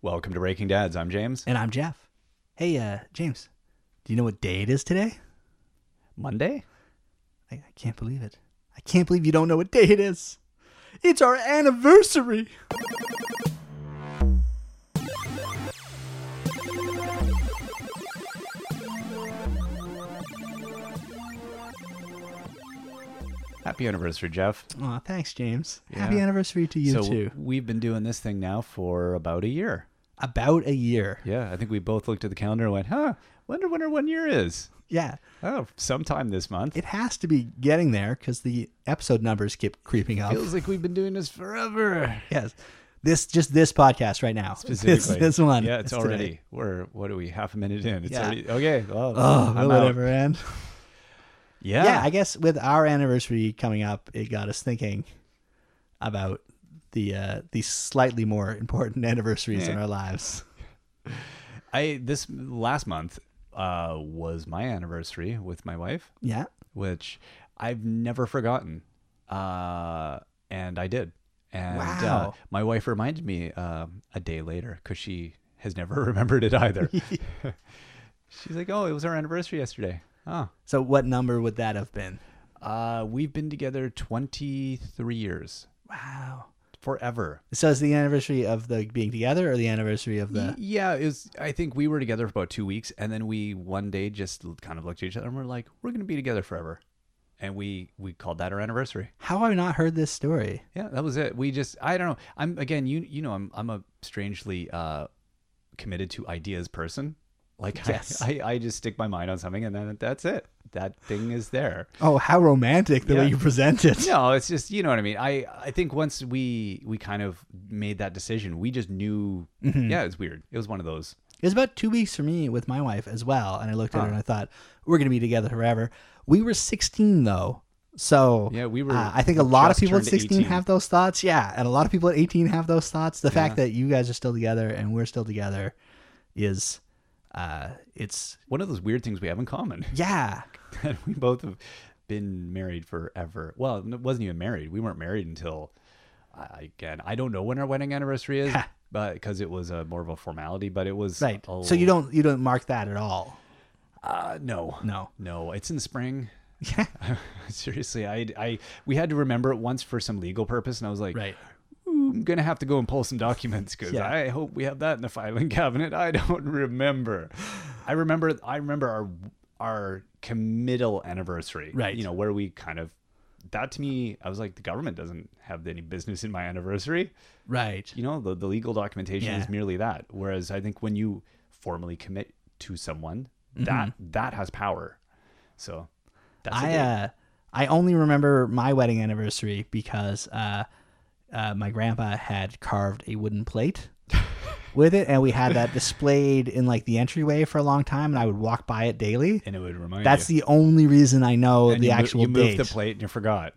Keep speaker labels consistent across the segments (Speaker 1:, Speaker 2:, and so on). Speaker 1: Welcome to Breaking Dads. I'm James.
Speaker 2: And I'm Jeff. Hey, uh, James, do you know what day it is today?
Speaker 1: Monday?
Speaker 2: I, I can't believe it. I can't believe you don't know what day it is. It's our anniversary.
Speaker 1: Happy anniversary, Jeff.
Speaker 2: Aw, thanks, James. Happy
Speaker 1: Yeah.
Speaker 2: anniversary to you
Speaker 1: so
Speaker 2: too.
Speaker 1: we've been doing this thing now for about a year.
Speaker 2: About a year.
Speaker 1: Yeah, I think we both looked at the calendar and went, huh, wonder when our one year is.
Speaker 2: Yeah,
Speaker 1: Oh, sometime this month.
Speaker 2: it has to be getting there because the episode numbers keep creeping up.
Speaker 1: Feels like we've been doing this forever.
Speaker 2: yes, this just this podcast right now. This,
Speaker 1: Specifically.
Speaker 2: this one.
Speaker 1: Yeah, it's,
Speaker 2: today.
Speaker 1: already. We're, what are we, half a minute in? It's
Speaker 2: Yeah.
Speaker 1: already. Okay. Well,
Speaker 2: Oh,
Speaker 1: I'm out.
Speaker 2: whatever, and
Speaker 1: Yeah.
Speaker 2: yeah, I guess with our anniversary coming up, it got us thinking about the uh, the slightly more important anniversaries in
Speaker 1: Yeah.
Speaker 2: our lives.
Speaker 1: I this last month uh, was my anniversary with my wife,
Speaker 2: Yeah,
Speaker 1: which I've never forgotten, uh, and I did. And uh,
Speaker 2: Wow.
Speaker 1: my wife reminded me um a day later because she has never remembered it either. She's like, "Oh, it was our anniversary yesterday." Oh,
Speaker 2: So what number would that have been?
Speaker 1: uh, we've been together twenty three years,
Speaker 2: Wow.
Speaker 1: forever.
Speaker 2: So it's the anniversary of the being together or the anniversary of the
Speaker 1: yeah, it was. I think we were together for about two weeks, and then we one day just l- kind of looked at each other and we're like, "We're going to be together forever," and we we called that our anniversary.
Speaker 2: How have I not heard this story?
Speaker 1: Yeah, that was it. We just I don't know. I'm again, you you know, I'm I'm a strangely uh, committed to ideas person. Like I-
Speaker 2: Yes.
Speaker 1: I, I just stick my mind on something and then that's it. That thing is there.
Speaker 2: Oh, how romantic the
Speaker 1: Yeah.
Speaker 2: way you present it.
Speaker 1: No, it's just you know what I mean. I I think once we we kind of made that decision, we just knew. Yeah, it's weird. It was one of those.
Speaker 2: It was about two weeks for me with my wife as well, and I looked
Speaker 1: Ah.
Speaker 2: at her and I thought, we're gonna be together forever. We were sixteen though. So
Speaker 1: Yeah, we were-
Speaker 2: uh, I think a lot of
Speaker 1: just
Speaker 2: people at
Speaker 1: turned
Speaker 2: sixteen
Speaker 1: 18.
Speaker 2: have those thoughts. Yeah, and a lot of people at eighteen have those thoughts. The fact that you guys are still together and we're still together is, uh, it's
Speaker 1: One of those weird things we have in common.
Speaker 2: yeah,
Speaker 1: that we both have been married forever. Well, it wasn't even married. We weren't married until I- again. I don't know when our wedding anniversary is, but because it was a more of a formality. But it was
Speaker 2: right.
Speaker 1: a-
Speaker 2: So you don't you don't mark that at all.
Speaker 1: uh, no
Speaker 2: No.
Speaker 1: no. It's in the spring.
Speaker 2: Yeah.
Speaker 1: Seriously, I I we had to remember it once for some legal purpose, and I was like,
Speaker 2: Right.
Speaker 1: "Ooh, I'm gonna have to go and pull some documents because
Speaker 2: Yeah.
Speaker 1: I hope we have that in the filing cabinet. I don't remember. I remember. I remember our our committal anniversary.
Speaker 2: Right.
Speaker 1: You know where we kind of that to me. I was like, the government doesn't have any business in my anniversary.
Speaker 2: Right.
Speaker 1: You know, the the legal documentation
Speaker 2: Yeah.
Speaker 1: is merely that. Whereas I think when you formally commit to someone, that that has power. So. That's a
Speaker 2: I
Speaker 1: date.
Speaker 2: uh, I only remember my wedding anniversary because uh, uh, my grandpa had carved a wooden plate with it, and we had that displayed in like the entryway for a long time, and I would walk by it daily.
Speaker 1: and it would remind
Speaker 2: That's
Speaker 1: you.
Speaker 2: the only reason I know
Speaker 1: And
Speaker 2: the
Speaker 1: you mo-
Speaker 2: actual
Speaker 1: you
Speaker 2: date.
Speaker 1: moved the plate and you forgot.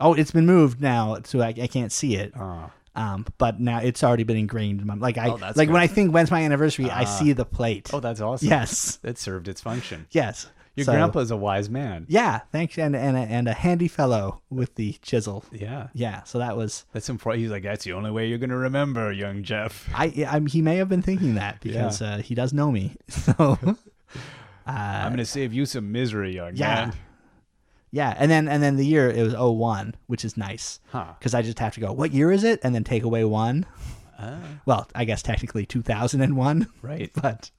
Speaker 2: Oh, it's been moved now, so I, I can't see it.
Speaker 1: Ah.
Speaker 2: Um, but now it's already been ingrained in my like I
Speaker 1: Oh, that's
Speaker 2: like
Speaker 1: good. Uh.
Speaker 2: when I think when's my anniversary, I see the plate.
Speaker 1: Oh, that's awesome.
Speaker 2: yes,
Speaker 1: It served its function.
Speaker 2: yes.
Speaker 1: Your
Speaker 2: So-
Speaker 1: grandpa's a wise man.
Speaker 2: Yeah, thanks, and and a, and a handy fellow with the chisel.
Speaker 1: Yeah.
Speaker 2: Yeah, so that was
Speaker 1: That's important. He's like, that's the only way you're going to remember, young Jeff.
Speaker 2: I. I'm, he may have been thinking that because uh, he does know me. So uh,
Speaker 1: I'm going to save you some misery, young
Speaker 2: yeah,
Speaker 1: man.
Speaker 2: yeah. And then and then the year it was 01, which is nice
Speaker 1: Huh.
Speaker 2: because I just have to go. What year is it? And then take away one.
Speaker 1: Uh,
Speaker 2: Well, I guess technically 2001,
Speaker 1: Right.
Speaker 2: but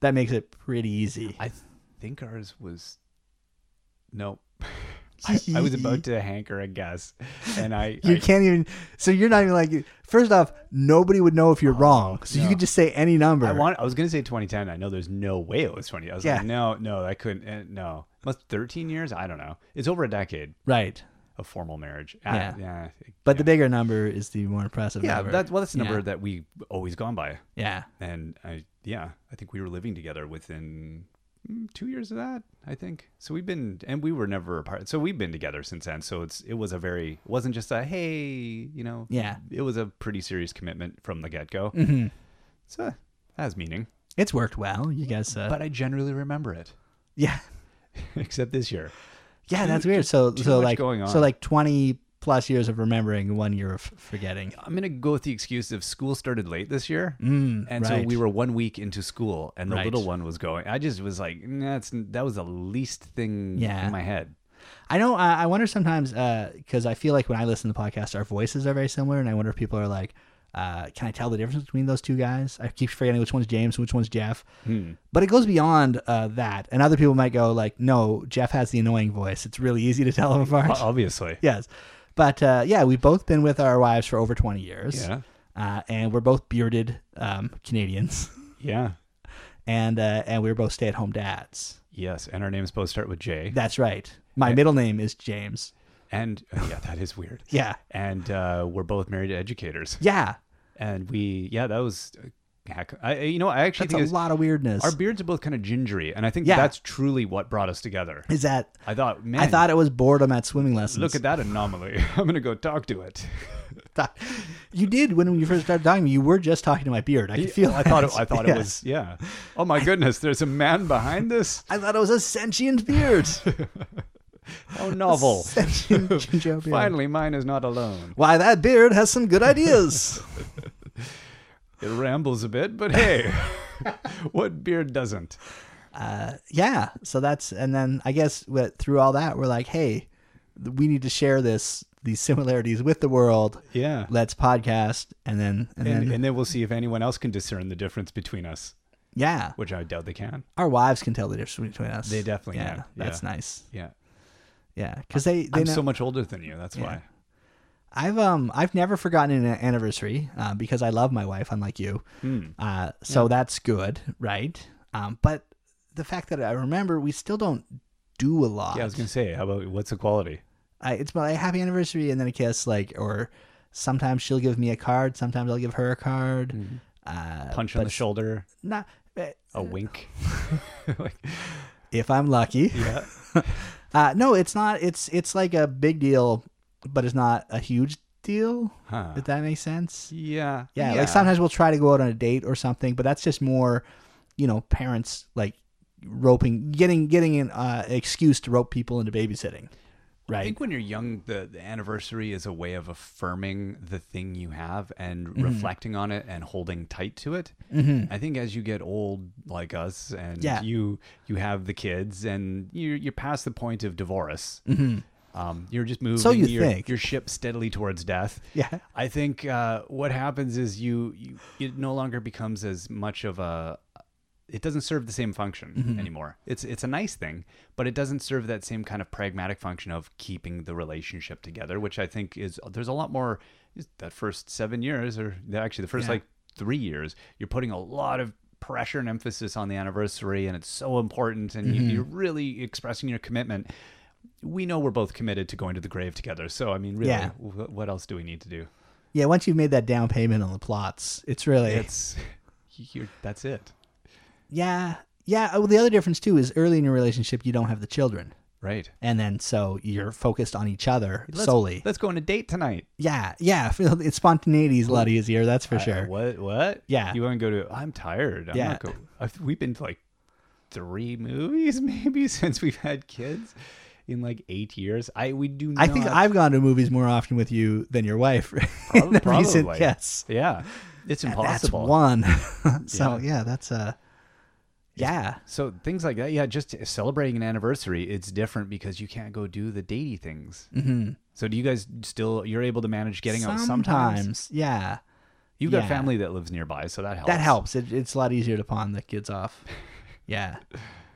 Speaker 2: that makes it pretty easy.
Speaker 1: I th- think ours was. No. I, I was about to hanker a guess. And I.
Speaker 2: You
Speaker 1: I-
Speaker 2: can't even. So you're not even like. First off, nobody would know if you're wrong. So you
Speaker 1: Oh, no.
Speaker 2: could just say any number.
Speaker 1: I want. I was gonna say 2010. I know there's no way it was 20. I was
Speaker 2: Yeah.
Speaker 1: like, no, no, I couldn't. eh, No, must 13 years. I don't know. It's over a decade
Speaker 2: right.
Speaker 1: of formal marriage.
Speaker 2: Yeah.
Speaker 1: I, yeah.
Speaker 2: But the bigger number is the more impressive
Speaker 1: Yeah.
Speaker 2: number.
Speaker 1: That, well, that's the number
Speaker 2: Yeah.
Speaker 1: that we always gone by.
Speaker 2: yeah.
Speaker 1: and I yeah, I think we were living together within mm, two years of that. I think so. We've been and we were never apart. So we've been together since then. So it's it was a very it wasn't just a hey you know
Speaker 2: Yeah.
Speaker 1: it was a pretty serious commitment from the get go. So that has meaning,
Speaker 2: It's worked well. You guys. Uh,
Speaker 1: but I generally remember it
Speaker 2: yeah.
Speaker 1: except this year.
Speaker 2: Yeah, that's weird. So so
Speaker 1: much
Speaker 2: like
Speaker 1: going on.
Speaker 2: so like 20 plus years of remembering and one year of forgetting.
Speaker 1: I'm gonna go with the excuse of school started late this year,
Speaker 2: Mm,
Speaker 1: and so
Speaker 2: right.
Speaker 1: we were one week into school, and the
Speaker 2: Right.
Speaker 1: little one was going. I just was like, nah, that's that was the least thing
Speaker 2: Yeah.
Speaker 1: in my head.
Speaker 2: I know. Uh, I wonder sometimes because I feel like when I listen to podcasts, our voices are very similar, and I wonder if people are like, uh, "Can I tell the difference between those two guys?" I keep forgetting which one's James and which one's Jeff.
Speaker 1: Hmm.
Speaker 2: But it goes beyond uh, that, and other people might go like, "No, Jeff has the annoying voice. It's really easy to tell them apart."
Speaker 1: Oh, Obviously,
Speaker 2: yes, but uh, yeah, we've both been with our wives for over twenty years,
Speaker 1: yeah,
Speaker 2: uh, and we're both bearded um, Canadians,
Speaker 1: yeah,
Speaker 2: and uh, and we were both stay-at-home dads.
Speaker 1: yes. And our names both start with J.
Speaker 2: That's right. My middle name is James.
Speaker 1: And oh, yeah, that is weird.
Speaker 2: Yeah,
Speaker 1: And uh, we're both married to educators,
Speaker 2: yeah.
Speaker 1: and we yeah, that was uh, heck. I I- you know I actually
Speaker 2: That's
Speaker 1: think
Speaker 2: a
Speaker 1: it's-
Speaker 2: lot of weirdness.
Speaker 1: our beards are both kind of gingery, and I think
Speaker 2: Yeah.
Speaker 1: that's truly what brought us together.
Speaker 2: is that
Speaker 1: I thought, man,
Speaker 2: I thought it was boredom at swimming lessons.
Speaker 1: look at that anomaly. I'm gonna go talk to it.
Speaker 2: that. You did when you first started talking. to me, You were just talking to my beard. I could feel.
Speaker 1: I thought it,
Speaker 2: that.
Speaker 1: I thought
Speaker 2: Yeah.
Speaker 1: it was yeah. Oh my goodness, there's a man behind this.
Speaker 2: I thought it was a sentient beard.
Speaker 1: How
Speaker 2: Oh,
Speaker 1: novel.
Speaker 2: sentient ginger beard.
Speaker 1: Finally, mine is not alone.
Speaker 2: Why that beard has some good ideas.
Speaker 1: It rambles a bit, but hey, what beard doesn't?
Speaker 2: uh, yeah. So that's and then I guess what, through all that we're like, hey, th- we need to share this these similarities with the world.
Speaker 1: Yeah.
Speaker 2: Let's podcast and then
Speaker 1: And,
Speaker 2: and, then
Speaker 1: and then we'll see if anyone else can discern the difference between us,
Speaker 2: yeah,
Speaker 1: which I doubt they can.
Speaker 2: our wives can tell the difference between us.
Speaker 1: They definitely
Speaker 2: yeah.
Speaker 1: can.
Speaker 2: That's
Speaker 1: Yeah.
Speaker 2: nice.
Speaker 1: Yeah.
Speaker 2: Yeah, because they they
Speaker 1: I'm
Speaker 2: know.
Speaker 1: so much older than you. That's why.
Speaker 2: I've um I've never forgotten an anniversary uh, because I love my wife, unlike you.
Speaker 1: Hmm.
Speaker 2: Uh, so that's good, right? Um, but the fact that I remember, we still don't do a lot.
Speaker 1: Yeah, I was gonna say, how about what's the quality?
Speaker 2: I, it's my happy anniversary and then a kiss, like or sometimes she'll give me a card, sometimes I'll give her a card. Uh,
Speaker 1: Mm-hmm. Punch on the shoulder,
Speaker 2: not eh,
Speaker 1: a wink. like,
Speaker 2: if I'm lucky.
Speaker 1: yeah.
Speaker 2: Uh, no, it's not. It's it's like a big deal, but it's not a huge deal.
Speaker 1: Huh.
Speaker 2: If that makes sense.
Speaker 1: Yeah.
Speaker 2: Yeah, like sometimes we'll try to go out on a date or something, but that's just more, you know, parents like roping, getting getting an uh, excuse to rope people into babysitting,
Speaker 1: I
Speaker 2: right?
Speaker 1: think when you're young, the, the anniversary is a way of affirming the thing you have and
Speaker 2: Mm-hmm.
Speaker 1: reflecting on it and holding tight to it. I think as you get old, like us, and
Speaker 2: Yeah.
Speaker 1: you you have the kids, and you're you're past the point of divorce. Um, you're just moving
Speaker 2: Mm-hmm. you
Speaker 1: your,
Speaker 2: think.
Speaker 1: your ship steadily towards death.
Speaker 2: Yeah.
Speaker 1: I think uh, what happens is you, you it no longer becomes as much of a it doesn't serve the same function
Speaker 2: Mm-hmm.
Speaker 1: anymore. It's it's a nice thing, but it doesn't serve that same kind of pragmatic function of keeping the relationship together, which I think is there's a lot more that first 7 years or actually the first
Speaker 2: Yeah.
Speaker 1: like 3 years, you're putting a lot of pressure and emphasis on the anniversary and it's so important and you,
Speaker 2: Mm-hmm.
Speaker 1: you're really expressing your commitment. We know we're both committed to going to the grave together. So I mean, really,
Speaker 2: Yeah.
Speaker 1: wh- what else do we need to do?
Speaker 2: Yeah, once you've made that down payment on the plots, it's really
Speaker 1: It's you're, that's it.
Speaker 2: yeah, yeah. Oh, the other difference too is early in your relationship, you don't have the children,
Speaker 1: Right.
Speaker 2: and then so you're focused on each other
Speaker 1: Let's-
Speaker 2: solely.
Speaker 1: Let's go on a date tonight.
Speaker 2: Yeah, yeah. It's spontaneity is a lot easier, that's for
Speaker 1: Uh,
Speaker 2: sure.
Speaker 1: What? What?
Speaker 2: Yeah.
Speaker 1: You want to go to? I'm tired. I'm
Speaker 2: Yeah.
Speaker 1: Not go, I've, we've been to like three movies maybe since we've had kids in like eight years. I we do.
Speaker 2: I
Speaker 1: Not,
Speaker 2: think I've gone to movies more often with you than your wife. in
Speaker 1: Prob-
Speaker 2: the recent-
Speaker 1: probably.
Speaker 2: yes.
Speaker 1: Yeah. It's impossible.
Speaker 2: That's one. so yeah. that's a yeah.
Speaker 1: so things like that, yeah. Just celebrating an anniversary, it's different because you can't go do the datey things. Mm-hmm. So do you guys still? You're able to manage getting out sometimes.
Speaker 2: yeah,
Speaker 1: You've got
Speaker 2: Yeah.
Speaker 1: family that lives nearby, so that helps.
Speaker 2: that helps. It, it's a lot easier to pawn the kids off. yeah,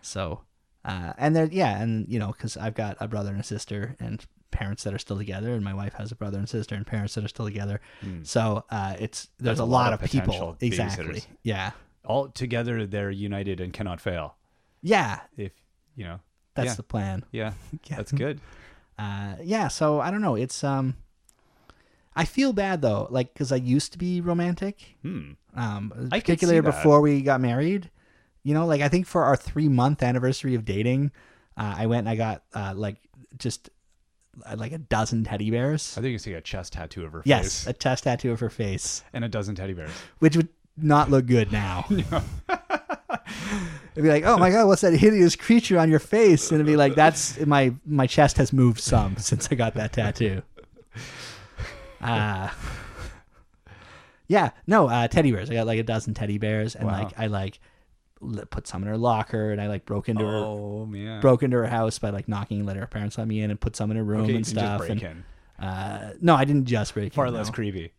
Speaker 2: so uh, and there, yeah, and you know, because I've got a brother and a sister and parents that are still together, and my wife has a brother and sister and parents that are still together. So uh, it's therere's
Speaker 1: Hmm. That's
Speaker 2: a lot, of people.
Speaker 1: potential
Speaker 2: Exactly.
Speaker 1: babysitters.
Speaker 2: Yeah.
Speaker 1: All together, they're united and cannot fail.
Speaker 2: Yeah.
Speaker 1: If you know,
Speaker 2: That's
Speaker 1: Yeah.
Speaker 2: the plan.
Speaker 1: yeah,
Speaker 2: Yeah.
Speaker 1: that's good.
Speaker 2: uh, yeah so i don't know it's um i feel bad though like because i used to be romantic
Speaker 1: Hmm.
Speaker 2: um
Speaker 1: I could
Speaker 2: particularly
Speaker 1: see that.
Speaker 2: before we got married you know like i think for our three month anniversary of dating uh, i went and i got uh, like just uh, like a dozen teddy bears
Speaker 1: I think you see a chest tattoo of her
Speaker 2: yes
Speaker 1: face
Speaker 2: a chest tattoo of her face
Speaker 1: and a dozen teddy bears.
Speaker 2: which would not look good now It'd be like, oh my god, what's that hideous creature on your face? And it'd be like, that's my my chest has moved some since I got that tattoo. Uh, yeah, no, uh, teddy bears. I got like a dozen teddy bears, and
Speaker 1: Wow.
Speaker 2: like I like li- put some in her locker, and I like broke into her
Speaker 1: Oh yeah.
Speaker 2: broke into her house by like knocking and letting her parents let me in, and put some in her room
Speaker 1: okay, you can
Speaker 2: and
Speaker 1: just
Speaker 2: stuff.
Speaker 1: break
Speaker 2: and
Speaker 1: in.
Speaker 2: uh, no, I didn't just break
Speaker 1: Far
Speaker 2: in.
Speaker 1: less
Speaker 2: no.
Speaker 1: creepy.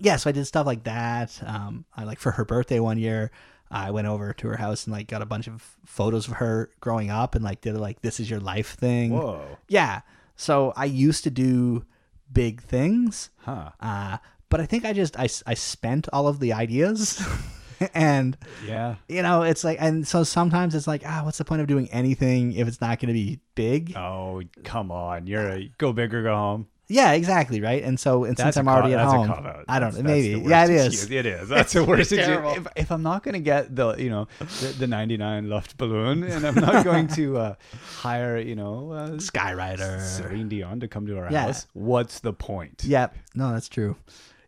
Speaker 2: yeah, so I did stuff like that. Um, I like for her birthday one year, I went over to her house and like got a bunch of photos of her growing up and like did a like this is your life thing.
Speaker 1: Whoa.
Speaker 2: Yeah. So I used to do big things.
Speaker 1: Huh.
Speaker 2: Uh, but I think I just I, s- I spent all of the ideas and
Speaker 1: Yeah.
Speaker 2: you know it's like and so sometimes it's like ah what's the point of doing anything if it's not going to be big
Speaker 1: Oh come on. You're a go big or go home.
Speaker 2: yeah exactly right and so and since
Speaker 1: a
Speaker 2: I'm
Speaker 1: cop-
Speaker 2: already at
Speaker 1: that's a
Speaker 2: home
Speaker 1: cop-out.
Speaker 2: I
Speaker 1: That's-
Speaker 2: don't know
Speaker 1: that's
Speaker 2: maybe
Speaker 1: the
Speaker 2: yeah it
Speaker 1: worst
Speaker 2: is
Speaker 1: excuse. It is. That's the worst. excuse.
Speaker 2: terrible.
Speaker 1: If, if I'm not going to get the you know the, the 99 left balloon, and I'm not going to uh, hire you know uh,
Speaker 2: Skyrider
Speaker 1: Celine Dion to come to our
Speaker 2: Yeah.
Speaker 1: house, what's the point?
Speaker 2: Yep. No, that's true.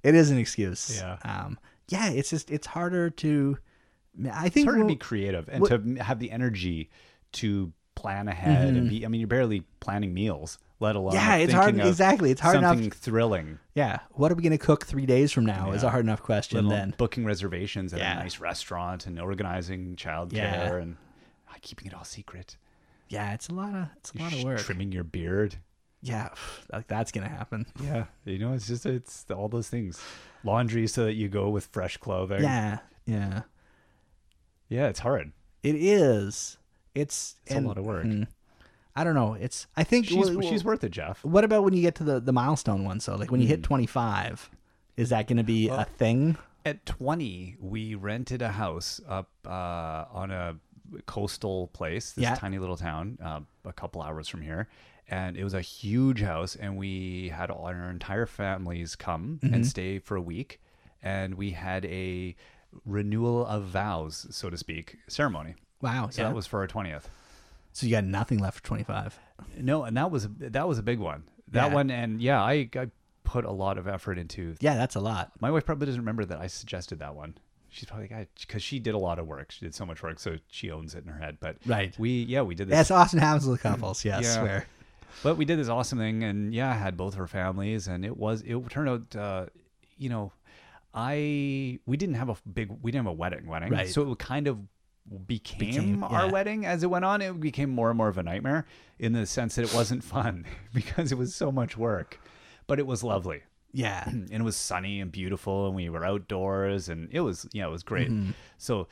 Speaker 2: It is an excuse.
Speaker 1: Yeah.
Speaker 2: Um, yeah, it's just it's harder to I think
Speaker 1: It's harder to
Speaker 2: we'll-
Speaker 1: be creative and
Speaker 2: what-
Speaker 1: to m- have the energy to plan ahead and be. I mean, you're barely planning meals, let alone
Speaker 2: Mm-hmm. Yeah, it's
Speaker 1: uh, thinking
Speaker 2: hard
Speaker 1: of
Speaker 2: exactly. It's hard enough
Speaker 1: something thrilling.
Speaker 2: Yeah. What are we gonna cook three days from now is a
Speaker 1: Yeah.
Speaker 2: hard enough question
Speaker 1: little
Speaker 2: then.
Speaker 1: booking reservations at
Speaker 2: Yeah.
Speaker 1: a nice restaurant and organizing childcare
Speaker 2: Yeah.
Speaker 1: and uh, keeping it all secret.
Speaker 2: Yeah, it's a lot of it's a lot of
Speaker 1: Sh-
Speaker 2: work.
Speaker 1: Trimming your beard.
Speaker 2: Yeah. Like that's gonna happen.
Speaker 1: Yeah, you know, it's just it's all those things. Laundry so that you go with fresh clothing.
Speaker 2: Yeah. Yeah.
Speaker 1: yeah, it's hard.
Speaker 2: It is. It's
Speaker 1: It's a lot of work.
Speaker 2: mm, I don't know. It's I think
Speaker 1: She's
Speaker 2: well,
Speaker 1: she's Hmm. worth it, Jeff.
Speaker 2: what about when you get to the, the milestone one? So like when you hit twenty five, is that gonna be a thing?
Speaker 1: At 20, we rented a house up uh, on a coastal place, this
Speaker 2: Yeah.
Speaker 1: tiny little town, uh, a couple hours from here. And it was a huge house, and we had all our entire families come
Speaker 2: Mm-hmm.
Speaker 1: and stay for a week. And we had a renewal of vows, so to speak, ceremony.
Speaker 2: Wow.
Speaker 1: So
Speaker 2: yeah.
Speaker 1: that was for our 20th.
Speaker 2: So you got nothing left for 25.
Speaker 1: No, and that was that was a big one. That
Speaker 2: Yeah.
Speaker 1: one, and yeah, I, I put a lot of effort into
Speaker 2: Yeah, that's a lot.
Speaker 1: My wife probably doesn't remember that I suggested that one. She's probably got because she did a lot of work. She did so much work, so she owns it in her head. But
Speaker 2: Right.
Speaker 1: we yeah we did this,
Speaker 2: That's often happens with couples. Yes,
Speaker 1: Yeah.
Speaker 2: where
Speaker 1: but we did this awesome thing, and yeah, I had both her families, and it was it turned out uh, you know I we didn't have a big we didn't have a wedding wedding,
Speaker 2: Right.
Speaker 1: so it kind of became,
Speaker 2: Became,
Speaker 1: our
Speaker 2: yeah.
Speaker 1: wedding as it went on. It became more and more of a nightmare in the sense that it wasn't fun because it was so much work, but it was lovely.
Speaker 2: yeah,
Speaker 1: and it was sunny and beautiful and we were outdoors and it was yeah it was great so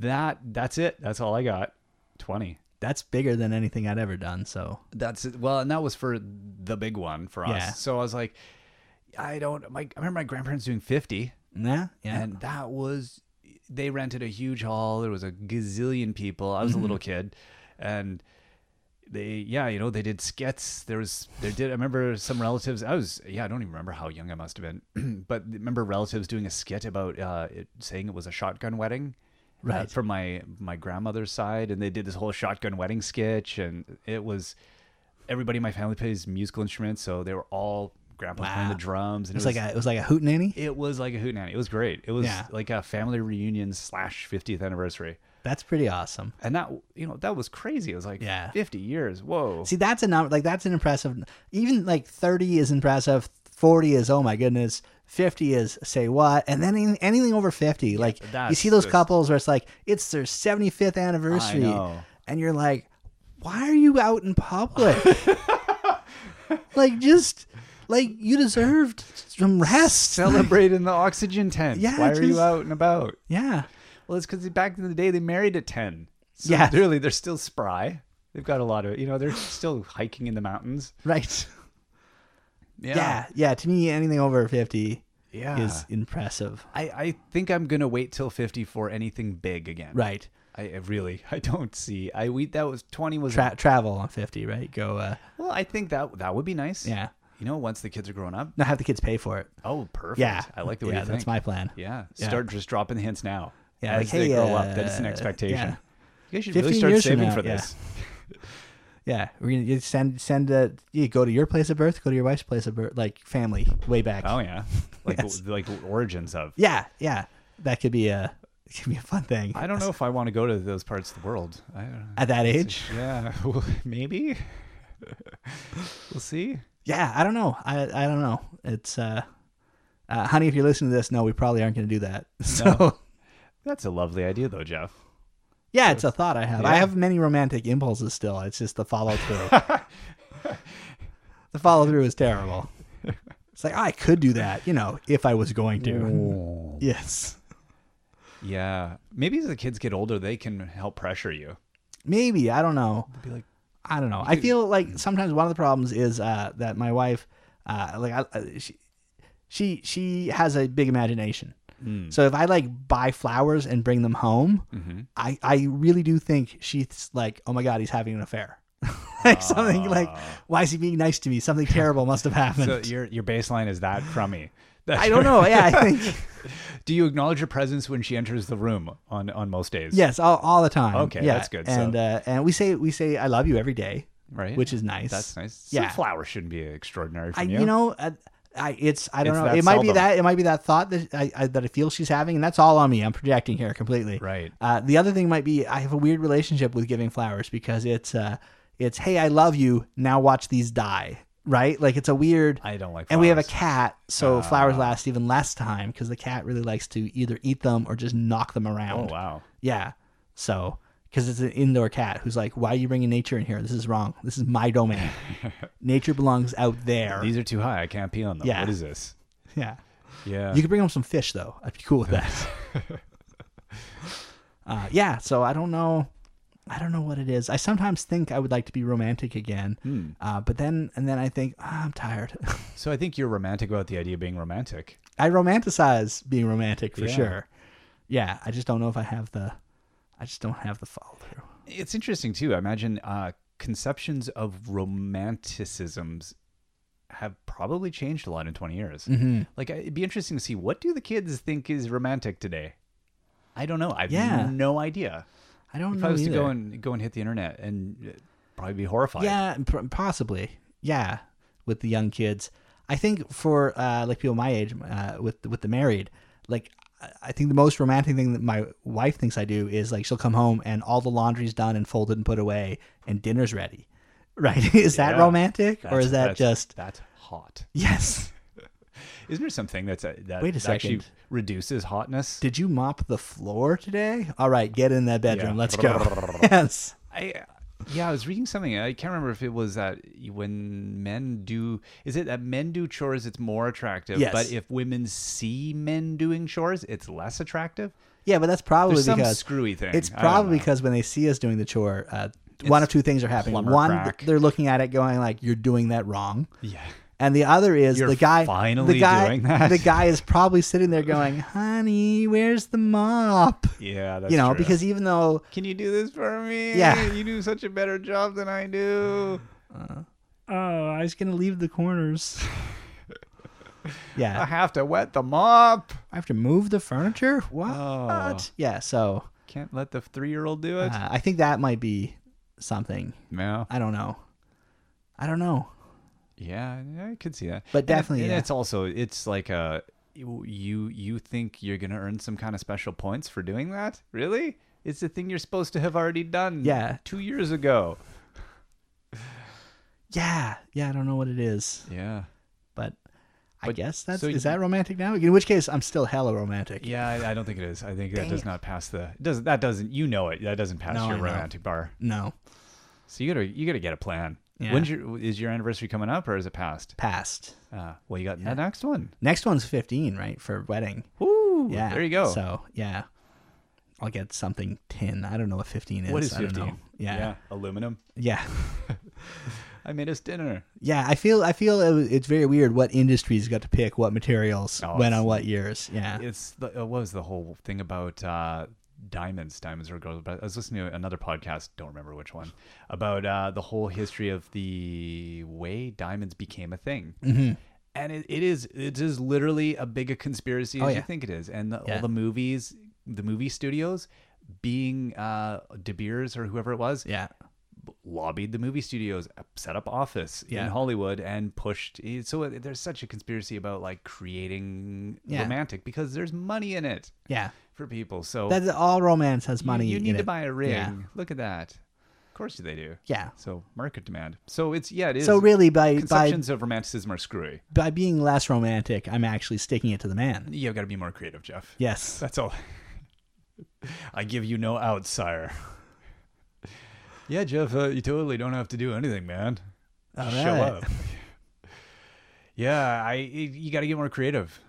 Speaker 1: that that's it that's all i got 20
Speaker 2: that's bigger than anything I'd ever done. So
Speaker 1: that's it well and that was for the big one for us
Speaker 2: Yeah.
Speaker 1: so i was like i don't my, i remember my grandparents doing 50
Speaker 2: yeah, yeah,
Speaker 1: and that was they rented a huge hall there was a gazillion people i was
Speaker 2: Mm-hmm.
Speaker 1: a little kid and they yeah you know they did skits there was there did i remember some relatives i was yeah i don't even remember how young i must have been but remember relatives doing a skit about uh it, saying it was a shotgun wedding uh,
Speaker 2: Right.
Speaker 1: from my my grandmother's side and they did this whole shotgun wedding sketch and it was everybody in my family plays musical instruments so they were all grandpa playing
Speaker 2: Wow.
Speaker 1: the drums and
Speaker 2: it was like a, it was like a hootenanny.
Speaker 1: it was like a hootenanny. It was great. It was
Speaker 2: Yeah.
Speaker 1: like a family reunion slash 50th anniversary.
Speaker 2: That's pretty awesome.
Speaker 1: And that, you know, that was crazy. It was like
Speaker 2: Yeah.
Speaker 1: 50 years. Whoa.
Speaker 2: See, that's a number like that's an impressive. Even like 30 is impressive. 40 is oh my goodness. 50 is say what, and then any- anything over 50, like you
Speaker 1: that's
Speaker 2: see those
Speaker 1: just-
Speaker 2: couples where it's like it's their 75th anniversary,
Speaker 1: know.
Speaker 2: and you're like, why are you out in public? like just like you deserved some rest.
Speaker 1: Celebrate in the oxygen tent.
Speaker 2: Yeah,
Speaker 1: Why are you
Speaker 2: just-
Speaker 1: out and about?
Speaker 2: Yeah.
Speaker 1: Well, it's because back in the day, they married at 10. So
Speaker 2: Yeah.
Speaker 1: clearly they're still spry. They've got a lot of, you know, they're still hiking in the mountains.
Speaker 2: Right. Yeah. yeah. To me, anything over 50
Speaker 1: Yeah.
Speaker 2: is impressive.
Speaker 1: I, I think I'm going to wait till 50 for anything big again.
Speaker 2: Right.
Speaker 1: I, I really, I don't see. I, we, that was 20 was,
Speaker 2: Tra- travel on 50, right? Go, uh,
Speaker 1: well, I think that, that would be nice.
Speaker 2: yeah.
Speaker 1: You know, once the kids are grown up,
Speaker 2: Now have the kids pay for it.
Speaker 1: Oh, perfect.
Speaker 2: Yeah.
Speaker 1: I like the way
Speaker 2: yeah,
Speaker 1: you think.
Speaker 2: that's my plan.
Speaker 1: yeah.
Speaker 2: Yeah.
Speaker 1: Start just dropping the hints now.
Speaker 2: Yeah,
Speaker 1: as
Speaker 2: like,
Speaker 1: they
Speaker 2: hey,
Speaker 1: grow up, that it's an
Speaker 2: uh,
Speaker 1: expectation.
Speaker 2: yeah.
Speaker 1: You guys should really
Speaker 2: 15
Speaker 1: start
Speaker 2: years from
Speaker 1: saving
Speaker 2: now,
Speaker 1: for
Speaker 2: yeah.
Speaker 1: this.
Speaker 2: Yeah. We're going to send, send, uh, you go to your place of birth, go to your wife's place of birth, like family way back.
Speaker 1: Oh yeah, like
Speaker 2: Yes.
Speaker 1: like origins of.
Speaker 2: Yeah. Yeah. That could be a, it could be a fun thing.
Speaker 1: I don't know if I want to go to those parts of the world. I don't know.
Speaker 2: At that age.
Speaker 1: Yeah, well, maybe. we'll see.
Speaker 2: yeah, I don't know. I I don't know. It's uh, uh honey, if you're listening to this, no, we probably aren't going to do that. So
Speaker 1: That's a lovely idea, though, Jeff.
Speaker 2: yeah, it's a thought I have. I
Speaker 1: Yeah.
Speaker 2: have many romantic impulses still. It's just the follow through. the follow through is terrible. It's like I could do that, you know, if I was going to. yes,
Speaker 1: Yeah. Maybe as the kids get older, they can help pressure you.
Speaker 2: maybe I don't know.
Speaker 1: Be like,
Speaker 2: I don't know. I feel like sometimes one of the problems is uh, that my wife, uh, like, I, I- she, she she has a big imagination.
Speaker 1: Hmm.
Speaker 2: So if I like buy flowers and bring them home,
Speaker 1: Mm-hmm.
Speaker 2: I I really do think she's like, oh my god, he's having an affair. like something like, why is he being nice to me? Something terrible must have
Speaker 1: Ah. so
Speaker 2: happened.
Speaker 1: your your baseline is that crummy. That's
Speaker 2: I don't know. Yeah, I think
Speaker 1: Do you acknowledge her presence when she enters the room on on most days?
Speaker 2: yes, all, all the time.
Speaker 1: Okay,
Speaker 2: yeah.
Speaker 1: that's good. So-
Speaker 2: And uh, and we say we say I love you every day,
Speaker 1: Right.
Speaker 2: which is nice.
Speaker 1: that's nice.
Speaker 2: Yeah.
Speaker 1: Some flowers shouldn't be extraordinary
Speaker 2: I,
Speaker 1: from you.
Speaker 2: you know, I, I it's I don't
Speaker 1: It's
Speaker 2: know.
Speaker 1: that
Speaker 2: It might be
Speaker 1: seldom.
Speaker 2: that it might be that thought that I, I that I feel she's having, and that's all on me. I'm projecting here completely.
Speaker 1: Right.
Speaker 2: Uh, the other thing might be I have a weird relationship with giving flowers because it's uh, it's hey I love you now watch these die right like it's a weird.
Speaker 1: I Ah. don't like.
Speaker 2: and we have a
Speaker 1: flowers.
Speaker 2: cat, so flowers last even less time because the cat really likes to either eat them or just knock them
Speaker 1: Oh
Speaker 2: around.
Speaker 1: wow.
Speaker 2: Yeah. So, because it's an indoor cat who's like, why are you bringing nature in here? This is wrong. This is my domain. nature belongs out there.
Speaker 1: These are too high. I can't pee on them.
Speaker 2: Yeah.
Speaker 1: What is this?
Speaker 2: yeah.
Speaker 1: Yeah.
Speaker 2: You could bring home some fish though. I'd be cool with that. uh, yeah. So I don't know. I don't know what it is. I sometimes think I would like to be romantic again,
Speaker 1: Hmm.
Speaker 2: uh, but then and then I think "Ah, I'm tired.
Speaker 1: so I think you're romantic about the idea of being romantic.
Speaker 2: I romanticize being romantic for
Speaker 1: Yeah.
Speaker 2: sure. Yeah. I just don't know if I have the. I just don't have the follow through.
Speaker 1: It's interesting too. I imagine uh, conceptions of romanticisms have probably changed a lot in 20 years.
Speaker 2: Mm-hmm.
Speaker 1: Like I- it'd be interesting to see what do the kids think is romantic today. I don't know. I've
Speaker 2: Yeah.
Speaker 1: no idea.
Speaker 2: I don't
Speaker 1: If
Speaker 2: know
Speaker 1: I was
Speaker 2: either.
Speaker 1: to go and go and hit the internet and uh, probably be horrified.
Speaker 2: Yeah, p- possibly. Yeah, with the young kids, I think for uh, like people my age, uh, with with the married, like I- I think the most romantic thing that my wife thinks I do is like she'll come home and all the laundry's done and folded and put away and dinner's ready. Right? is that
Speaker 1: Yeah.
Speaker 2: romantic or
Speaker 1: That's-
Speaker 2: is that
Speaker 1: that's-
Speaker 2: just
Speaker 1: that's hot?
Speaker 2: yes?
Speaker 1: Isn't there something that's a, that
Speaker 2: Wait a
Speaker 1: actually
Speaker 2: second.
Speaker 1: reduces hotness?
Speaker 2: Did you mop the floor today? All right, get in that bedroom. Let's go. yes.
Speaker 1: I yeah, I was reading something. I can't remember if it was that when men do is it that men do chores it's more attractive,
Speaker 2: Yes.
Speaker 1: but if women see men doing chores, it's less attractive.
Speaker 2: Yeah, but that's probably
Speaker 1: There's some
Speaker 2: because
Speaker 1: screwy thing.
Speaker 2: It's
Speaker 1: I don't
Speaker 2: probably
Speaker 1: know.
Speaker 2: because when they see us doing the chore, uh, one of two things are happening.
Speaker 1: plumber
Speaker 2: One,
Speaker 1: crack.
Speaker 2: they're looking at it going like, "You're doing that wrong,"
Speaker 1: yeah.
Speaker 2: and the other is
Speaker 1: You're
Speaker 2: the guy.
Speaker 1: finally
Speaker 2: the guy,
Speaker 1: doing that.
Speaker 2: The guy is probably sitting there going, "Honey, where's the mop?"
Speaker 1: Yeah, that's
Speaker 2: you know,
Speaker 1: true.
Speaker 2: because even though
Speaker 1: can you do this for me?
Speaker 2: Yeah.
Speaker 1: You do such a better job than I do.
Speaker 2: oh, I was gonna leave the corners.
Speaker 1: I
Speaker 2: yeah,
Speaker 1: have to wet the mop.
Speaker 2: I have to move the furniture. What?
Speaker 1: Oh.
Speaker 2: Yeah, so
Speaker 1: Can't let the 3-year-old do it.
Speaker 2: uh, I think that might be something.
Speaker 1: no.
Speaker 2: I don't know. I don't know.
Speaker 1: Yeah, yeah, I could see that.
Speaker 2: But
Speaker 1: And it-
Speaker 2: definitely,
Speaker 1: and
Speaker 2: yeah.
Speaker 1: it's also it's like a you you think you're gonna earn some kind of special points for doing that? Really? It's the thing you're supposed to have already done.
Speaker 2: Yeah.
Speaker 1: two years ago.
Speaker 2: Yeah, yeah, I don't know what it is.
Speaker 1: Yeah,
Speaker 2: but I
Speaker 1: But-
Speaker 2: guess that's
Speaker 1: so
Speaker 2: is
Speaker 1: you-
Speaker 2: that romantic now? In which case, I'm still hella romantic.
Speaker 1: yeah. I, I don't think it is. I think that does
Speaker 2: Damn.
Speaker 1: not pass the doesn't that doesn't you know it that doesn't pass
Speaker 2: No,
Speaker 1: your
Speaker 2: I know.
Speaker 1: romantic bar.
Speaker 2: No,
Speaker 1: So you gotta you gotta get a plan.
Speaker 2: Yeah.
Speaker 1: When's your is your anniversary coming up or is it past?
Speaker 2: past.
Speaker 1: Uh, well, you got the next one.
Speaker 2: Next one's 15, right, for wedding.
Speaker 1: Woo!
Speaker 2: Yeah,
Speaker 1: there you go.
Speaker 2: So yeah, I'll get something 10. I don't know what 15 is.
Speaker 1: what is
Speaker 2: I don't know.
Speaker 1: fifteen?
Speaker 2: Yeah,
Speaker 1: aluminum.
Speaker 2: yeah, yeah.
Speaker 1: I made us dinner.
Speaker 2: I feel I feel it, was- it's very weird what industries got to pick what materials
Speaker 1: Oh,
Speaker 2: when
Speaker 1: it's-
Speaker 2: on what years. Yeah,
Speaker 1: it's the, uh, what was the whole thing about uh, diamonds diamonds are gold but i was listening to another podcast don't remember which one about uh, the whole history of the way diamonds became a thing
Speaker 2: Mm-hmm.
Speaker 1: and it, it is it is literally a big a conspiracy as
Speaker 2: Oh, yeah.
Speaker 1: you think it is and the,
Speaker 2: Yeah.
Speaker 1: all the movies the movie studios being uh de beers or whoever it was
Speaker 2: yeah,
Speaker 1: lobbied the movie studios, uh, set up office
Speaker 2: Yeah.
Speaker 1: in Hollywood, and pushed. eh, So there's such a conspiracy about like creating
Speaker 2: Yeah.
Speaker 1: romantic because there's money in it
Speaker 2: yeah.
Speaker 1: for people. So
Speaker 2: That's all romance has
Speaker 1: Oh. you-
Speaker 2: money.
Speaker 1: you,
Speaker 2: in
Speaker 1: need to
Speaker 2: it.
Speaker 1: buy a ring.
Speaker 2: Yeah.
Speaker 1: Look at that. Of course they do.
Speaker 2: Yeah.
Speaker 1: So market demand. So it's yeah, it is.
Speaker 2: So really, by by
Speaker 1: conceptions of romanticism are screwy.
Speaker 2: by being less romantic, I'm actually sticking it to the man.
Speaker 1: You've got to be more creative, Jeff.
Speaker 2: Yes.
Speaker 1: That's all. I give you no out, sire. yeah, Jeff, uh, you totally don't have to do anything, man.
Speaker 2: All
Speaker 1: Show
Speaker 2: right.
Speaker 1: up. yeah, I. You got to get more creative.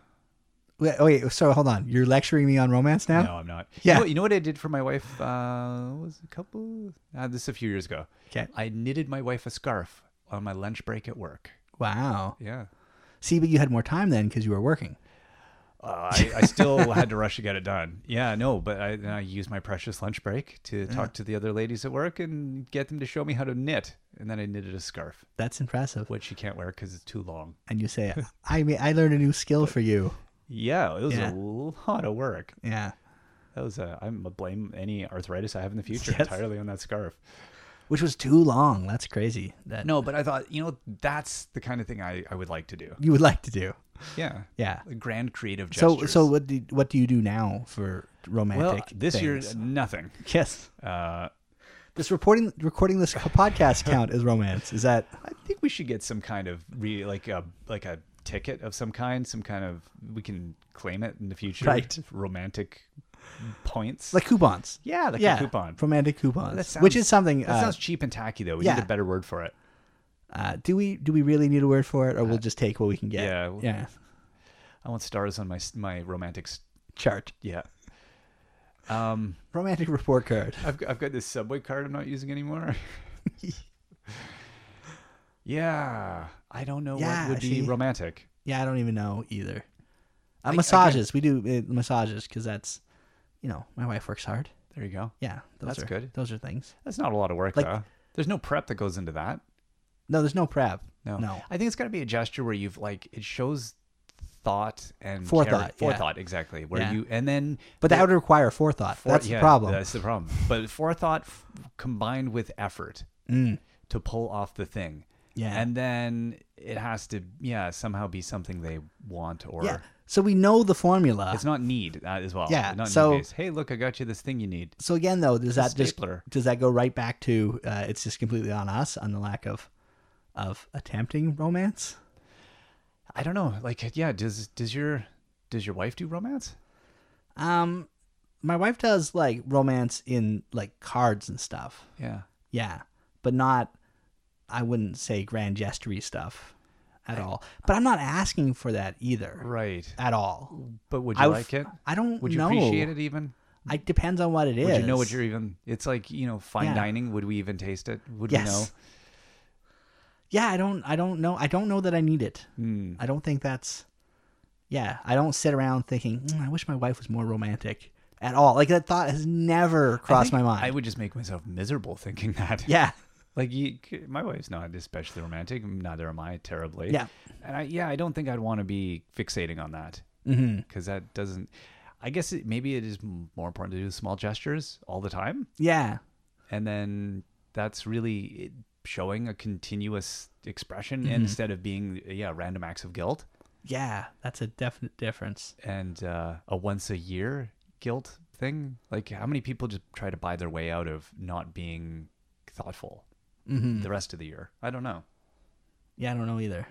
Speaker 2: Wait, oh, wait, so hold on. You're lecturing me on romance now?
Speaker 1: No, I'm not.
Speaker 2: Yeah.
Speaker 1: You know, you know what I did for my wife? Uh, was it a couple. Uh, this is a few years ago.
Speaker 2: Okay.
Speaker 1: I knitted my wife a scarf on my lunch break at work.
Speaker 2: Wow.
Speaker 1: Yeah.
Speaker 2: See, but you had more time then because you were working.
Speaker 1: Uh, I, I still had to rush to get it done. Yeah, no, but I, then I used my precious lunch break to talk to the other ladies at work and get them to show me how to knit. And then I knitted a scarf,
Speaker 2: That's impressive.
Speaker 1: which she can't wear because it's too long.
Speaker 2: And you say, I mean, I learned a new skill for you.
Speaker 1: Yeah, it was
Speaker 2: Yeah.
Speaker 1: a lot of work.
Speaker 2: Yeah.
Speaker 1: That was a, I'm gonna blame any arthritis I have in the future
Speaker 2: Yes.
Speaker 1: entirely on that scarf.
Speaker 2: Which was too long. That's crazy. That
Speaker 1: No, but I thought, you know, that's the kind of thing I, I would like to do.
Speaker 2: you would like to do.
Speaker 1: Yeah.
Speaker 2: Yeah.
Speaker 1: Grand creative
Speaker 2: So,
Speaker 1: gestures.
Speaker 2: so what do what do you do now for romantic?
Speaker 1: well, this year,
Speaker 2: things?
Speaker 1: nothing.
Speaker 2: yes.
Speaker 1: Uh,
Speaker 2: This reporting, recording this podcast count is romance. Is that
Speaker 1: I think we should get some kind of re, like a like a ticket of some kind, some kind of we can claim it in the future.
Speaker 2: Right.
Speaker 1: Romantic points.
Speaker 2: like coupons?
Speaker 1: yeah, like
Speaker 2: yeah,
Speaker 1: a coupon.
Speaker 2: romantic coupons,
Speaker 1: That
Speaker 2: which
Speaker 1: sounds-
Speaker 2: is something.
Speaker 1: That
Speaker 2: uh,
Speaker 1: sounds cheap and tacky though. We
Speaker 2: yeah.
Speaker 1: need a better word for it.
Speaker 2: uh, do we do we really need a word for it, or we'll just take what we can get?
Speaker 1: Uh, yeah, we'll-
Speaker 2: yeah.
Speaker 1: I want stars on my s- my romantic. s-
Speaker 2: Chart,
Speaker 1: Yeah. Um,
Speaker 2: romantic report card.
Speaker 1: I've got, I've got this subway card I'm not using anymore. yeah, I don't know
Speaker 2: Yeah,
Speaker 1: what would be
Speaker 2: see?
Speaker 1: romantic.
Speaker 2: Yeah, I don't even know either. Uh,
Speaker 1: I-
Speaker 2: massages, we do uh, massages because that's, you know, my wife works hard.
Speaker 1: There you go.
Speaker 2: Yeah, those
Speaker 1: That's
Speaker 2: are
Speaker 1: good.
Speaker 2: Those are things.
Speaker 1: That's not a lot of work
Speaker 2: Like-
Speaker 1: though. There's no prep that goes into that.
Speaker 2: No, there's no prep.
Speaker 1: No.
Speaker 2: No.
Speaker 1: I think it's got to be a gesture where you've like it shows thought and
Speaker 2: Forethought, yeah.
Speaker 1: forethought exactly. Where
Speaker 2: Yeah.
Speaker 1: you and then
Speaker 2: But that would require forethought.
Speaker 1: for-
Speaker 2: that's
Speaker 1: yeah,
Speaker 2: the problem.
Speaker 1: That's the problem. But forethought f- combined with effort
Speaker 2: Mm.
Speaker 1: to pull off the thing.
Speaker 2: Yeah.
Speaker 1: And then it has to yeah, somehow be something they want or
Speaker 2: yeah. So we know the formula.
Speaker 1: it's not need uh, as well.
Speaker 2: Yeah,
Speaker 1: Not
Speaker 2: so-
Speaker 1: need-based. hey, look, I got you this thing you need.
Speaker 2: so again, though, does that just
Speaker 1: stapler.
Speaker 2: does that go right back to uh, it's just completely on us on the lack of of attempting romance?
Speaker 1: I don't know. Like yeah, does does your does your wife do romance?
Speaker 2: Um, my wife does like romance in like cards and stuff.
Speaker 1: Yeah.
Speaker 2: Yeah, but not. I wouldn't say grand gestury stuff at all. But I'm not asking for that either
Speaker 1: Right.
Speaker 2: at all.
Speaker 1: But would you
Speaker 2: I would
Speaker 1: like
Speaker 2: f-
Speaker 1: it?
Speaker 2: I don't
Speaker 1: Would you
Speaker 2: know.
Speaker 1: appreciate it even?
Speaker 2: I depends on what it is.
Speaker 1: Would you know what you're even? It's like you know, fine
Speaker 2: Yeah.
Speaker 1: dining. Would we even taste it? Would
Speaker 2: Yes. Yeah, I don't. I don't know. I don't know that I need it.
Speaker 1: we know? Mm.
Speaker 2: I don't think that's. Yeah, I don't sit around thinking. "Mm, I wish my wife was more romantic at all. Like that thought has never
Speaker 1: I
Speaker 2: crossed
Speaker 1: think
Speaker 2: my mind.
Speaker 1: I would just make myself miserable thinking that.
Speaker 2: yeah,
Speaker 1: Like you, c- my wife's not especially romantic. Neither am I terribly.
Speaker 2: Yeah.
Speaker 1: And I, yeah, I don't think I'd want to be fixating on that
Speaker 2: hmm
Speaker 1: because that doesn't. I guess it, maybe it is m- more important to do small gestures all the time,
Speaker 2: yeah,
Speaker 1: and then that's really it, showing a continuous expression
Speaker 2: Mm-hmm.
Speaker 1: instead of being yeah random acts of guilt.
Speaker 2: yeah. That's a definite difference.
Speaker 1: and uh, a once a year guilt thing. Like, how many people just try to buy their way out of not being thoughtful
Speaker 2: hmm
Speaker 1: the rest of the year? I don't know.
Speaker 2: Yeah, I don't know either.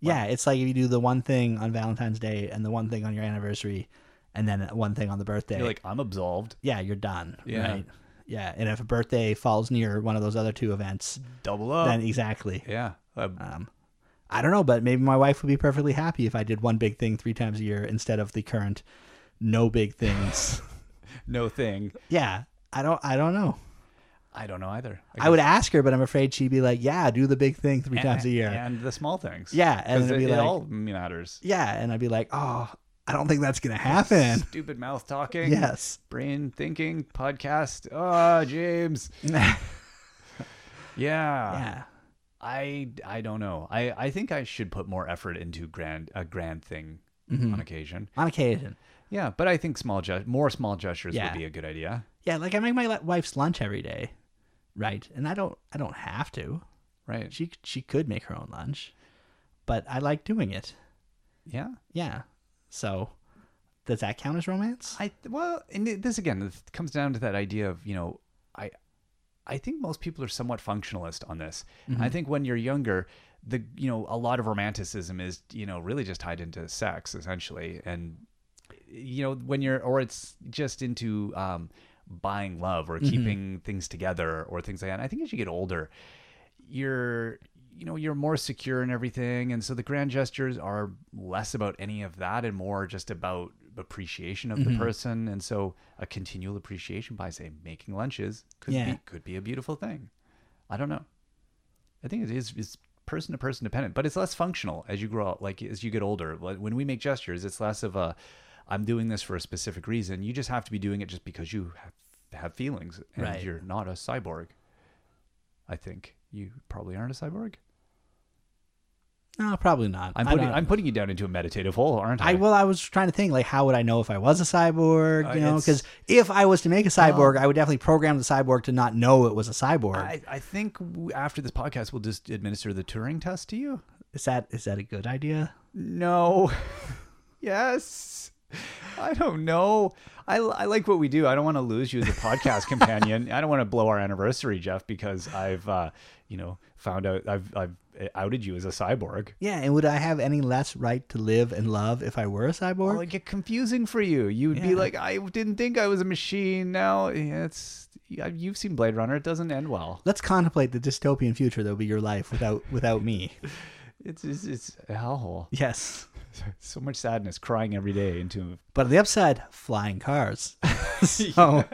Speaker 2: Yeah, it's like if you do the one thing on Valentine's Day and the one thing on your anniversary, and then one thing on the birthday.
Speaker 1: You're like, I'm absolved,
Speaker 2: yeah, you're done.
Speaker 1: Yeah.
Speaker 2: Right? Yeah, and if a birthday falls near one of those other two events,
Speaker 1: double up.
Speaker 2: then exactly.
Speaker 1: yeah. Uh,
Speaker 2: Um, I don't know, but maybe my wife would be perfectly happy if I did one big thing three times a year instead of the current no big things.
Speaker 1: no thing.
Speaker 2: yeah, I don't. I don't know.
Speaker 1: I don't know either.
Speaker 2: I would ask her, but I'm afraid she'd be like, "Yeah, do the big thing three
Speaker 1: guess-
Speaker 2: times a year."
Speaker 1: And the small things.
Speaker 2: Yeah, and
Speaker 1: 'Cause
Speaker 2: it'd
Speaker 1: it,
Speaker 2: be
Speaker 1: it
Speaker 2: like-
Speaker 1: all matters.
Speaker 2: Yeah, and I'd be like, "Oh, I don't think that's gonna happen."
Speaker 1: Stupid mouth talking.
Speaker 2: yes.
Speaker 1: Brain thinking podcast. Oh, James.
Speaker 2: yeah.
Speaker 1: Yeah. I I don't know. I I think I should put more effort into grand a grand thing on occasion.
Speaker 2: On occasion.
Speaker 1: Yeah, but I think small gest- more small gestures
Speaker 2: Yeah.
Speaker 1: would be a good idea.
Speaker 2: Yeah, like I make my li- wife's lunch every day, right? And I don't. I don't have to.
Speaker 1: Right.
Speaker 2: She she could make her own lunch, but I like doing it.
Speaker 1: Yeah.
Speaker 2: Yeah. So does that count as romance?
Speaker 1: I well, and it- this again it comes down to that idea of, you know, I I think most people are somewhat functionalist on this. I think when you're younger, the you know a lot of romanticism is you know really just tied into sex essentially, and you know when you're or it's just into um, buying love or keeping things together or things like that. And I think as you get older, you're you know you're more secure in everything, and so the grand gestures are less about any of that and more just about appreciation of the person and so a continual appreciation by say making lunches could
Speaker 2: Yeah.
Speaker 1: be could be a beautiful thing i don't know i think it is it's person to person dependent but it's less functional as you grow up like as you get older Like, when we make gestures it's less of a i'm doing this for a specific reason you just have to be doing it just because you have, have feelings and
Speaker 2: Right.
Speaker 1: you're not a cyborg i think you probably aren't a cyborg
Speaker 2: No, probably not.
Speaker 1: i'm
Speaker 2: I
Speaker 1: putting
Speaker 2: don't-
Speaker 1: i'm putting you down into a meditative hole aren't i
Speaker 2: I well, I was trying to think like, how would I know if I was a cyborg?
Speaker 1: Uh,
Speaker 2: You know,
Speaker 1: it's-
Speaker 2: because if I was to make a cyborg, I would definitely program the cyborg to not know it was a cyborg.
Speaker 1: I, I think w- after this podcast, we'll just administer the Turing test to you.
Speaker 2: is that is that a good idea?
Speaker 1: No. yes. I don't know. I, l- I like what we do. I don't want to lose you as a podcast companion. I don't want to blow our anniversary, Jeff, because I've, uh, you know, found out I've, I've eh, outed you as a cyborg.
Speaker 2: Yeah, and would I have any less right to live and love if I were a cyborg?
Speaker 1: Well, it get confusing for you. You would be
Speaker 2: Yeah.
Speaker 1: like, I didn't think I was a machine. Now yeah, it's yeah, you've seen Blade Runner. It doesn't end well.
Speaker 2: Let's contemplate the dystopian future that'll be your life without without me.
Speaker 1: It's it's, it's a hellhole.
Speaker 2: Yes.
Speaker 1: So much sadness, crying every day into
Speaker 2: But on the upside, flying cars. so,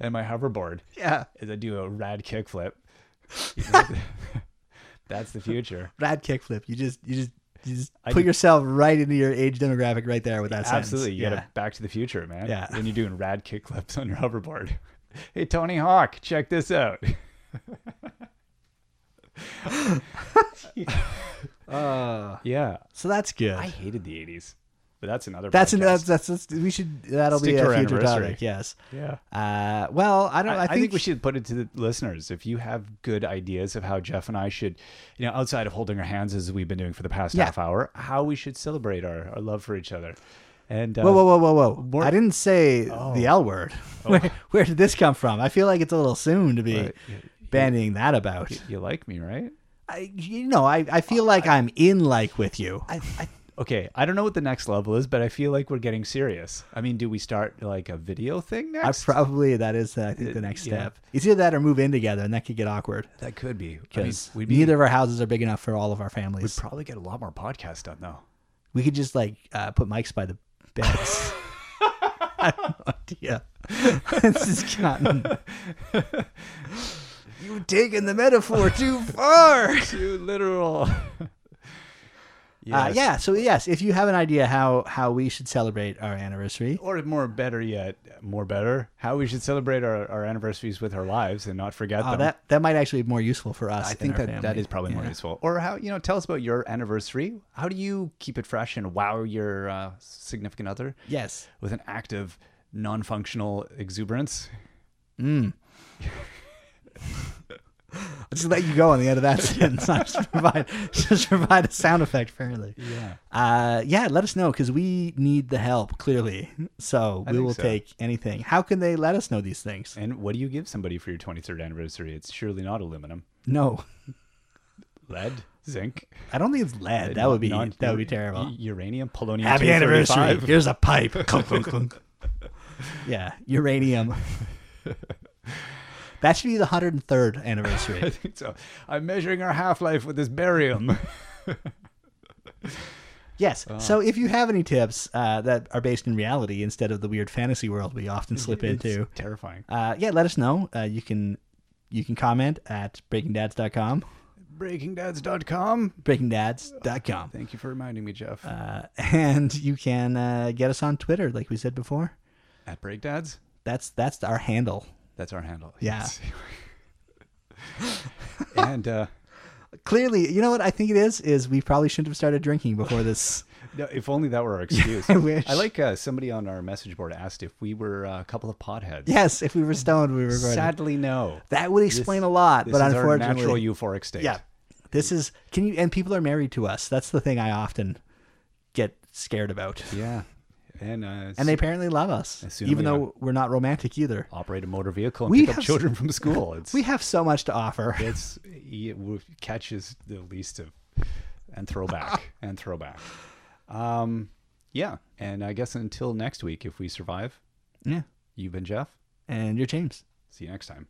Speaker 1: and my hoverboard
Speaker 2: yeah.
Speaker 1: as I do a rad kickflip. That's the future.
Speaker 2: Rad kickflip. You just you just you just
Speaker 1: I
Speaker 2: put
Speaker 1: did-
Speaker 2: yourself right into your age demographic right there with that sentence.
Speaker 1: Absolutely. You
Speaker 2: Yeah.
Speaker 1: got to back to the future, man.
Speaker 2: Yeah.
Speaker 1: Then you're doing rad kickflips on your hoverboard. Hey, Tony Hawk, check this out.
Speaker 2: Uh,
Speaker 1: Yeah.
Speaker 2: so that's good.
Speaker 1: I hated the 80s, but that's another
Speaker 2: That's,
Speaker 1: podcast.
Speaker 2: an, that's that's that's we should that'll
Speaker 1: Stick
Speaker 2: be
Speaker 1: to
Speaker 2: a
Speaker 1: our
Speaker 2: future
Speaker 1: anniversary.
Speaker 2: topic. Yes.
Speaker 1: Yeah.
Speaker 2: Uh, well, I don't.
Speaker 1: I,
Speaker 2: I,
Speaker 1: I think, we should put it to the listeners. If you have good ideas of how Jeff and I should, you know, outside of holding our hands as we've been doing for the past
Speaker 2: Yeah.
Speaker 1: half hour, how we should celebrate our, our love for each other. And uh,
Speaker 2: Whoa, whoa, whoa, whoa, whoa!
Speaker 1: More- Oh.
Speaker 2: I didn't say the L word. Where, where did this come from? I feel like it's a little soon to be
Speaker 1: Right. You-
Speaker 2: bandying that about.
Speaker 1: you like me, right?
Speaker 2: I, you know, I, I feel like I, am in like with you.
Speaker 1: I, I okay. I don't know what the next level is, but I feel like we're getting serious. I mean, do we start like a video thing
Speaker 2: I
Speaker 1: next?
Speaker 2: probably that is uh, I think the next
Speaker 1: yeah.
Speaker 2: step. It's either that or move in together, and that could get awkward
Speaker 1: that could be. I mean,
Speaker 2: because
Speaker 1: we'd be,
Speaker 2: neither of our houses are big enough for all of our families.
Speaker 1: We'd probably get a lot more podcasts done though.
Speaker 2: we could just like uh, put mics by the beds. I have no idea. this has gotten. You've taken the metaphor too far.
Speaker 1: Too literal.
Speaker 2: Uh, yeah. So yes, if you have an idea how how we should celebrate our anniversary,
Speaker 1: Or more better yet, more better, how we should celebrate our, our anniversaries with our lives and not forget
Speaker 2: uh,
Speaker 1: them.
Speaker 2: that that might actually be more useful for us.
Speaker 1: Oh, I
Speaker 2: and
Speaker 1: think
Speaker 2: our
Speaker 1: that that
Speaker 2: family.
Speaker 1: is probably more
Speaker 2: Yeah.
Speaker 1: useful. Or how you know, tell us about your anniversary. How do you keep it fresh and wow your uh, significant other
Speaker 2: Yes.
Speaker 1: with an active, non-functional exuberance?
Speaker 2: I'll just let you go on the end of that sentence. I'll just provide just provide a sound effect apparently.
Speaker 1: Yeah.
Speaker 2: Uh, yeah, let us know because we need the help clearly. So we
Speaker 1: think
Speaker 2: will
Speaker 1: so.
Speaker 2: take anything. How can they let us know these things?
Speaker 1: And what do you give somebody for your 23rd anniversary? It's surely not aluminum,
Speaker 2: No,
Speaker 1: lead, zinc.
Speaker 2: I don't think it's lead. That would be
Speaker 1: non-
Speaker 2: that would be terrible.
Speaker 1: u- Uranium, polonium.
Speaker 2: Happy anniversary!
Speaker 1: 235.
Speaker 2: Here's a pipe. Clunk, clunk, clunk. Yeah, uranium. That should be the hundred and third
Speaker 1: I
Speaker 2: anniversary.
Speaker 1: think so. I'm measuring our half life with this barium.
Speaker 2: Yes. So if you have any tips uh, that are based in reality instead of the weird fantasy world we often slip
Speaker 1: It's
Speaker 2: into,
Speaker 1: terrifying.
Speaker 2: uh, yeah, let us know. Uh, you can you can comment at breakingdads.com,
Speaker 1: BreakingDads.com.
Speaker 2: breakingdads.com,
Speaker 1: Thank you for reminding me, Jeff.
Speaker 2: uh, and you can uh, get us on Twitter, like we said before.
Speaker 1: At BreakDads.
Speaker 2: That's that's our handle.
Speaker 1: That's our handle.
Speaker 2: Yeah.
Speaker 1: Yes. and uh,
Speaker 2: Clearly, you know what I think it is is we probably shouldn't have started drinking before this.
Speaker 1: no, if only that were our excuse.
Speaker 2: I wish.
Speaker 1: like uh, somebody on our message board asked if we were uh, a couple of potheads.
Speaker 2: yes, if we were stoned, we were going. to
Speaker 1: Sadly, no.
Speaker 2: That would explain a lot,
Speaker 1: This
Speaker 2: but
Speaker 1: is
Speaker 2: unfortunately,
Speaker 1: our natural euphoric state.
Speaker 2: Yeah. This is can you and people are married to us. That's the thing I often get scared about.
Speaker 1: Yeah. and uh,
Speaker 2: and they apparently love us,
Speaker 1: Assume
Speaker 2: even
Speaker 1: we
Speaker 2: though we're not romantic either.
Speaker 1: operate a motor vehicle and
Speaker 2: We
Speaker 1: pick up
Speaker 2: have s-
Speaker 1: children from school. It's
Speaker 2: We have so much to offer.
Speaker 1: it's it w- catches the least of and throwback and throwback. Um, yeah, and I guess until next week, if we survive,
Speaker 2: Yeah.
Speaker 1: you've been Jeff.
Speaker 2: And you're James.
Speaker 1: See you next time.